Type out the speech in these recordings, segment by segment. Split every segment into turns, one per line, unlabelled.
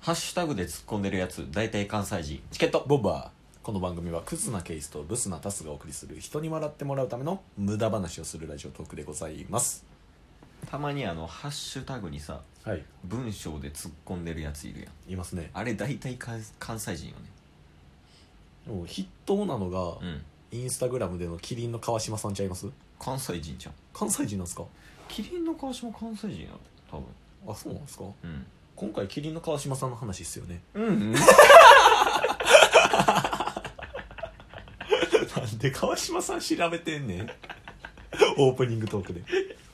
ハッシュタグで突っ込んでるやつ大体関西人チケット
ボンバーこの番組はクズなケースとブスなタスがお送りする人に笑ってもらうための無駄話をするラジオトークでございます
たまにあのハッシュタグにさ
はい
文章で突っ込んでるやついるやん
いますね
あれ大体関関西人よね
でも筆頭なのが、
うん
インスタグラムでのキリンの川島さんちゃいます
関西人じゃん
関西人なんですか
キリンの川島関西人やろ多分
あそうなんですか
うん
今回キリンの川島さんの話っすよね
うん
なんで川島さん調べてんねんオープニングトークで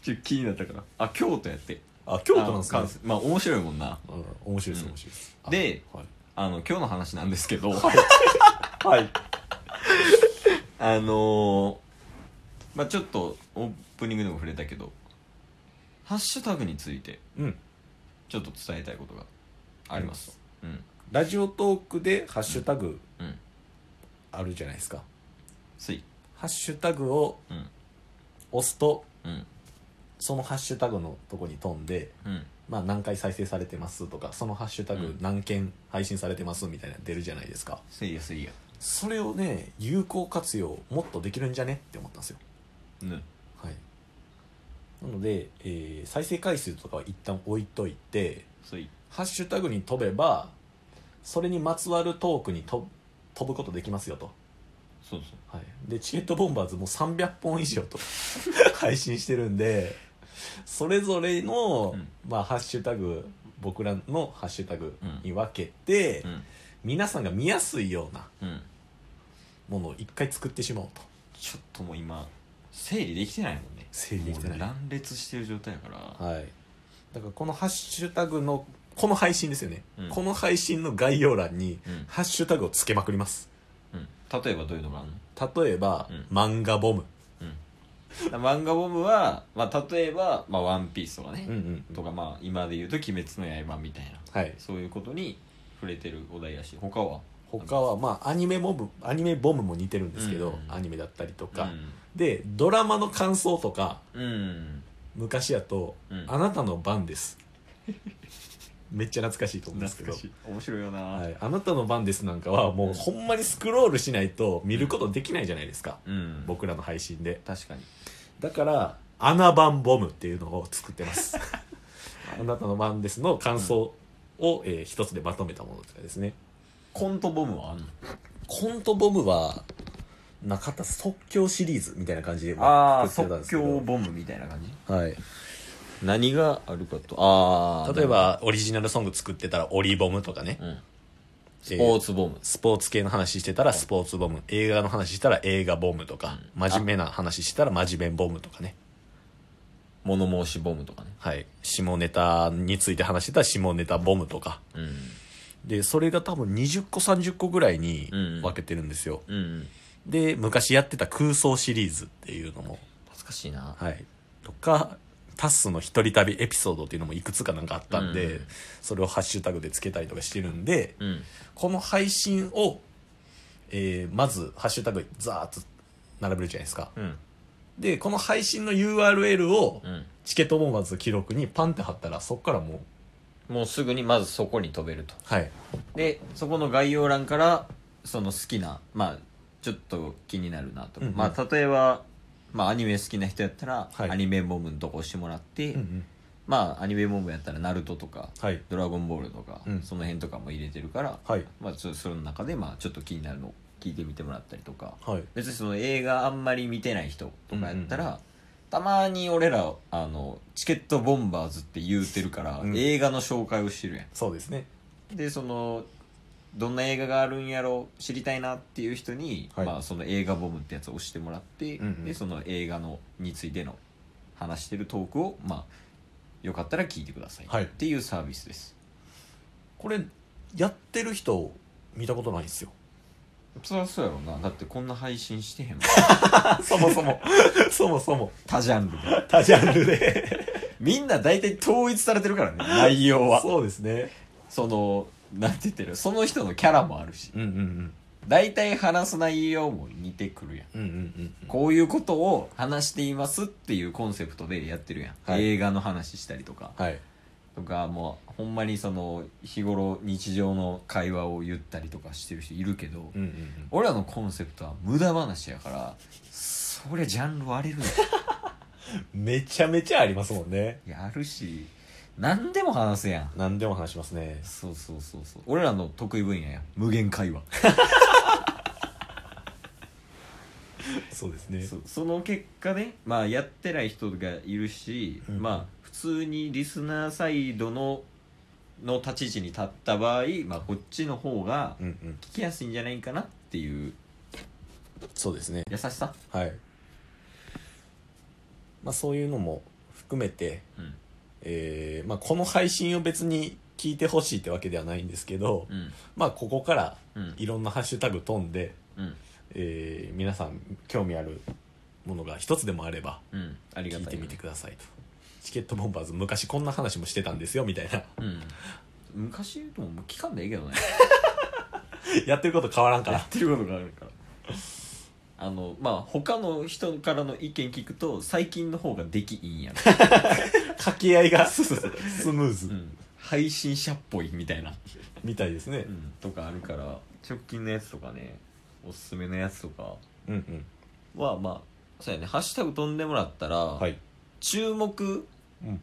ちょっと気になったからあ京都やって
あ京都なんです
あ
か
の関西まあ面白いもんな
うん面白いです面白いです、あ
で
はい
あの今日の話なんですけど
はい
あのー、まあちょっとオープニングでも触れたけどハッシュタグについて
うん
ちょっと伝えたいことがありますうん
ラジオトークでハッシュタグ
うん
あるじゃないですか、
つい
ハッシュタグを
うん
押すと
うん
そのハッシュタグのとこに飛んで、
うん
まあ、何回再生されてますとかそのハッシュタ
う
グ
ん
何件配信されてますみたいなの出るじゃないですか
せいやせいや
それをね有効活用もっとできるんじゃねって思ったんですよ
うん
はいなので、えー再生回数とかは一旦置いといて
つい
ハッシュタグに飛べばそれにまつわるトークにと飛ぶことできますよと
そうそう
はい、でチケットボンバーズも300本以上と 配信してるんでそれぞれの、
うん
まあ、ハッシュタグ僕らのハッシュタグ
うん
に分けて、
うん
皆さんが見やすいような
うん
ものを一回作ってしまおうと
ちょっともう今整理できてないもんね
整理できてない
もう乱列してる状態やから
はいだからこのハッシュタグのこの配信ですよね、
うん
この配信の概要欄に
うん
ハッシュタグをつけまくります
うん例えばどういうのがあるの
例えば、
う
漫画ボム、
だから漫画ボムは、まあ、例えば「まあ、ワンピースとかね、
ん
とかまあ今で言うと「鬼滅の刃」みたいな
はい
そういうことに触れてるお題らしい他は
他はまあアニメボムアニメボムも似てるんですけ
う
ど、
んうん
アニメだったりとか、
うん
でドラマの感想とか
うん
昔やと、
うん
あなたの番です めっちゃ懐かしいと思うんですけど
懐かしい面白いよな、
はい、あなたの番ですなんかはもうほんまにスクロールしないと見ることできないじゃないですか、
うん
僕らの配信で
確かに
だから「穴番ボム」っていうのを作ってます あなたの番ですの感想を、えー一つでまとめたものとかですね
コントボムはあんの
コントボムはなかった即興シリーズみたいな感じで作ってたんですけど
ボムみたいな感じ
はい
何があるかとああ
例えばオリジナルソング作ってたらオリボムとかね、
うん
え
ス
ー
ポーツボム、
スポーツ系の話してたらスポーツボム映画の話したら映画ボムとか、
うん
真面目な話したら真面目ボムとかね
物申しボムとかね
はい下ネタについて話してたら下ネタボムとか
うん
でそれが多分20個30個ぐらいに
うん
分けてるんですよ、
うんうん
で昔やってた空想シリーズっていうのも
懐かしいな
はい、とかタッスの一人旅エピソードっていうのもいくつかなんかあったんで、
うん
それをハッシュタグでつけたりとかしてるんで、
うん
この配信を、えーまずハッシュタグザーッと並べるじゃないですか
うん
でこの配信の URL を
うん
チケットボンバーズ記録にパンって貼ったらそっからもう
もうすぐにまずそこに飛べると
はい
でそこの概要欄からその好きなまあちょっと気になるなと、
うんうん
まあ例えば、まあ、アニメ好きな人やったら、
はい
アニメボムのとこ押してもらって、まあアニメボムやったら「ナルトとか
はい
「ドラゴンボール」とか、
うん
その辺とかも入れてるから、
はい
まあ、ちょその中で、まあ、ちょっと気になるのを聞いてみてもらったりとか
はい
別にその映画あんまり見てない人とかやったら、
うん
たまに俺らあのチケットボンバーズって言うてるから、
うん
映画の紹介をしてるやん
そうですね
でそのどんな映画があるんやろ知りたいなっていう人に、
はい
まあ、その映画ボムってやつを押してもらって、
うんうん
でその映画のについての話してるトークを、まあ、よかったら聞いてください
はい
っていうサービスです、
これやってる人見たことないんですよ
そりゃそうやろなだってこんな配信してへんもん
そもそも そもそも
多ジャンルで
他ジャンルで
みんな大体統一されてるからね内容は
そうですね
そのなんて言ってるその人のキャラもあるし
うんうん
大体話す内容も似てくるやん
うんうんうんうん
こういうことを話していますっていうコンセプトでやってるやん、
はい
映画の話したりとか
はい
とかもうほんまにその日頃日常の会話を言ったりとかしてる人いるけど、
うんうんうん
俺らのコンセプトは無駄話やからそりゃジャンル割れるよ
めちゃめちゃありますもんね
やるし何でも話すやん
何でも話しますね
そうそうそうそう俺らの得意分野や無限会話
そうですね
そその結果ね、まあ、やってない人がいるし、
うん
まあ普通にリスナーサイドのの立ち位置に立った場合、まあ、こっちの方が
うんうん
聞きやすいんじゃないかなっていう
そうですね
優しさ、
はいまあそういうのも含めて、
うん
えーまあ、この配信を別に聞いてほしいってわけではないんですけど、
うん
まあここから
うん
いろんなハッシュタグ飛んで、
うん
えー皆さん興味あるものが一つでもあれば
うんありが
聞い
たい
てみてくださいと。チケットボンバーズ昔こんな話もしてたんですよみたいな
うん、昔言うともう聞かんでええけどね
やってること変わらんか
や
ら
ってることがあるからあのまあ他の人からの意見聞くと最近の方ができいいんやろ、
掛け合いがスムーズ
うん、配信者っぽいみたいな
みたいですね
うん、とかあるから直近のやつとかねおすすめのやつとか
うんうん
はまあそうやねハッシュタグ飛んでもらったら、
はい
注目
うん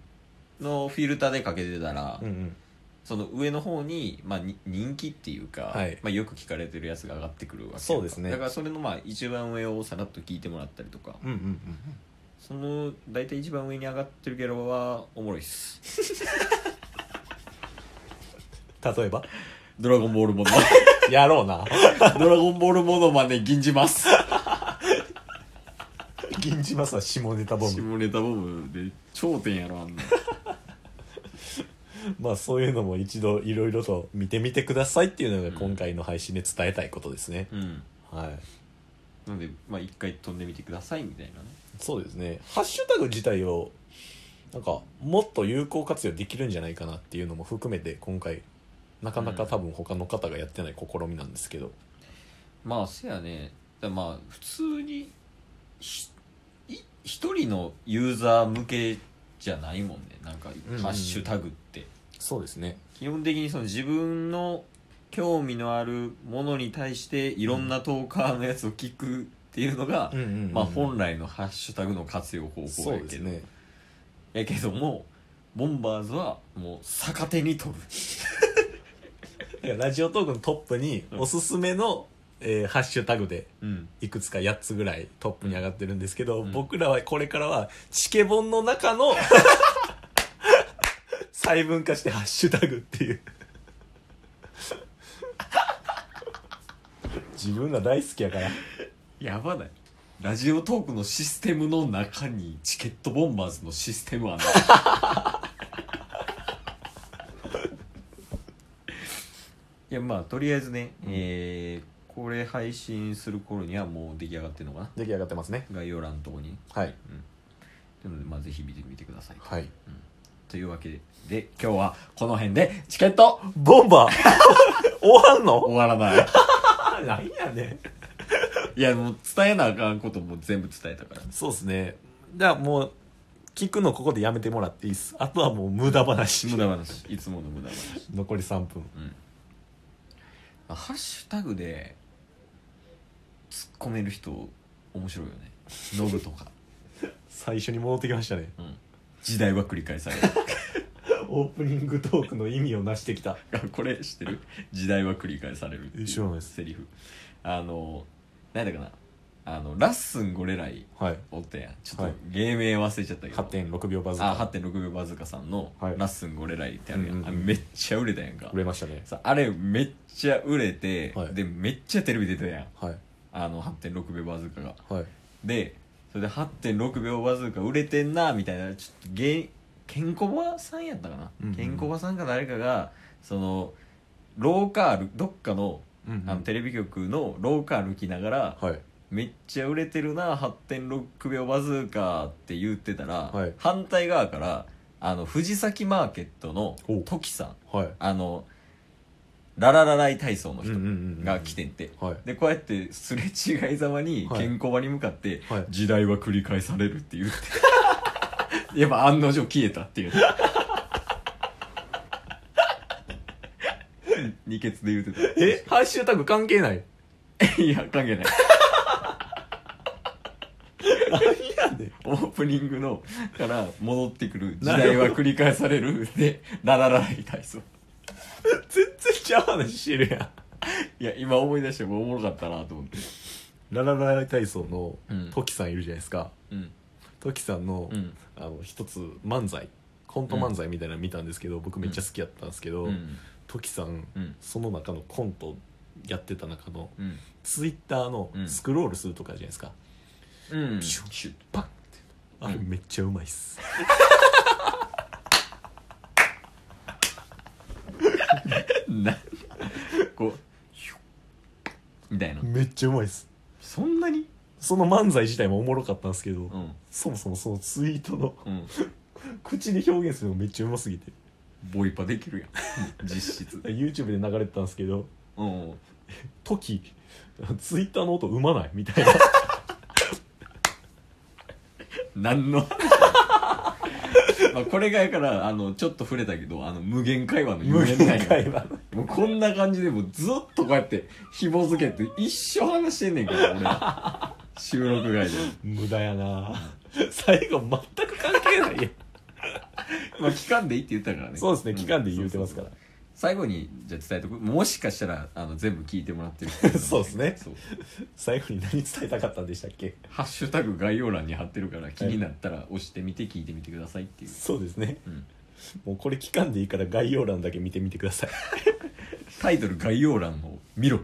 のフィルターでかけてたら、
うんうん
その上の方に,、まあ、に人気っていうか、
はい
まあ、よく聞かれてるやつが上がってくるわけやんか
そうですね
だからそれのまあ一番上をさらっと聞いてもらったりとか
うんうんうん
その大体一番上に上がってるゲロはおもろいっす
うん例えば
ドラゴンボールも の
やろうな
ドラゴンボールものまね銀じます
銀じますは下ネタボム
下ネタボムで頂点やろあんな
まあそういうのも一度いろいろと見てみてくださいっていうのが今回の配信で伝えたいことですね、
うん
はい
なのでまあ一回飛んでみてくださいみたいなね
そうですねハッシュタグ自体をなんかもっと有効活用できるんじゃないかなっていうのも含めて今回なかなか多分他の方がやってない試みなんですけど、
まあせやねだまあ普通にひい一人のユーザー向けじゃないもんねなんか
うんうん
ハッシュタグって、
そうですね
基本的にその自分の興味のあるものに対していろんなトーカーのやつを聞くっていうのが、
うんうんうん
まあ本来のハッシュタグの活用方法
そ
や
う
け
です
ど、
ね
やけどもボンバーズはもう逆手に取る
だからラジオトークのトップにおすすめの、えーハッシュタグで
うん
いくつか8つぐらいトップに上がってるんですけど、
うん
僕らはこれからはチケボンの中 の細分化してハッシュタグっていう自分が大好きやから
やばないラジオトークのシステムの中にチケットボンバーズのシステムあんの いやまあとりあえずね、
うん
えーこれ配信する頃にはもう出来上がってるのかな
出来上がってますね
概要欄のとこに
はい
なのでまあぜひ見てみてください
はい
というわけでで今日はこの辺でチケット
ボンバー 終わんの
終わらない
なんやね
いやもう伝えなあかんことも全部伝えたから
そうですねじゃあもう聞くのここでやめてもらっていいっすあとはもう無駄話
無駄話いつもの無駄話
残り3分
あハッシュタグで突っ込める人面白いよねノブとか、
最初に戻ってきましたね
うん、時代は繰り返される
オープニングトークの意味をなしてきた
これ知ってる 時代は繰り返されるっていう
え知らないです
セリフあの何だかなあのラッスンゴレライ
はい
おったやんちょっと
はい
芸名忘れちゃったけど、
8.6秒バズ
あ8.6秒バズーカさんの
はい
ラッスンゴレライってあるやん、
うんうんうん
あれめっちゃ売れたやんか
売れましたね
さあれめっちゃ売れて、
はい
でめっちゃテレビ出たやん
はい
あの8.6秒バズーカが
はい
でそれで8.6秒わずか売れてんなみたいなちょっとげケンコバさんやったかな、
うんうん
ケンコバさんか誰かがその廊下歩どっかの,、
うんうん
あのテレビ局の廊下歩きながら、
はい
めっちゃ売れてるな8.6秒バズーカーって言ってたら、
はい
反対側からあの藤崎マーケットの
おう
トキさん
はい
あのラララライ体操の人
うんうんうんうん
が来てんて、
はい
でこうやってすれ違いざまに
はい
健康場に向かって、
はい
時代は繰り返されるって言ってやっぱ案の定消えたっていう二ケツで言うてた
えハッシュタグ関係ない
いや関係ない
何やねん
オープニングのから戻ってくる時代は繰り返されるでラララライ体操
全然ちゃう話してるやん
いや今思い出してもおもろかったなと思って
ララララ体操の
うん
トキさんいるじゃないですか、
うん
トキさんの,、
うん
あの一つ漫才コント漫才みたいなの見たんですけど、僕めっちゃ好きやったんですけど、
うん
トキさん
うん
その中のコントやってた中の
うん
ツイッターの
うん
スクロールするとかじゃないですか、
うん
ピシュッシュッパッってあれ
うん
めっちゃうまいっす、
なこうヒュッみたいな
めっちゃうまいっす
そんなに
その漫才自体もおもろかったんですけど、
うん
そもそもそのツイートの
うん
口で表現するのめっちゃうますぎて
ボイパできるやん実質
YouTube で流れてたんですけど
うん
「トキツイッターの音生まない」みたいな
何の まあこれがやからあのちょっと触れたけどあの無限会話の
無
夢みた
限
いな
会話
もうこんな感じでもうずっとこうやって紐付けて一生話してんねんけど俺収録外で、
無駄やな最後全く関係ないや ん
まあ、期間でいいって言ったからね
そうですね期間で言うてますから、
そうそうそう最後にじゃあ伝えとくもしかしたらあの全部聞いてもらってる人いるかもしれない
そうです
そう
最後に何伝えたかったんでしたっけ
ハッシュタグ概要欄に貼ってるから気になったら押してみて聞いてみてくださいっていう、
そうですね
うん、
もうこれ期間でいいから概要欄だけ見てみてください
タイトル概要欄を見ろ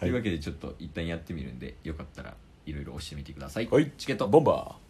というわけでちょっと一旦やってみるんでよかったらいろいろ押してみてください、
はい
チケット
ボンバー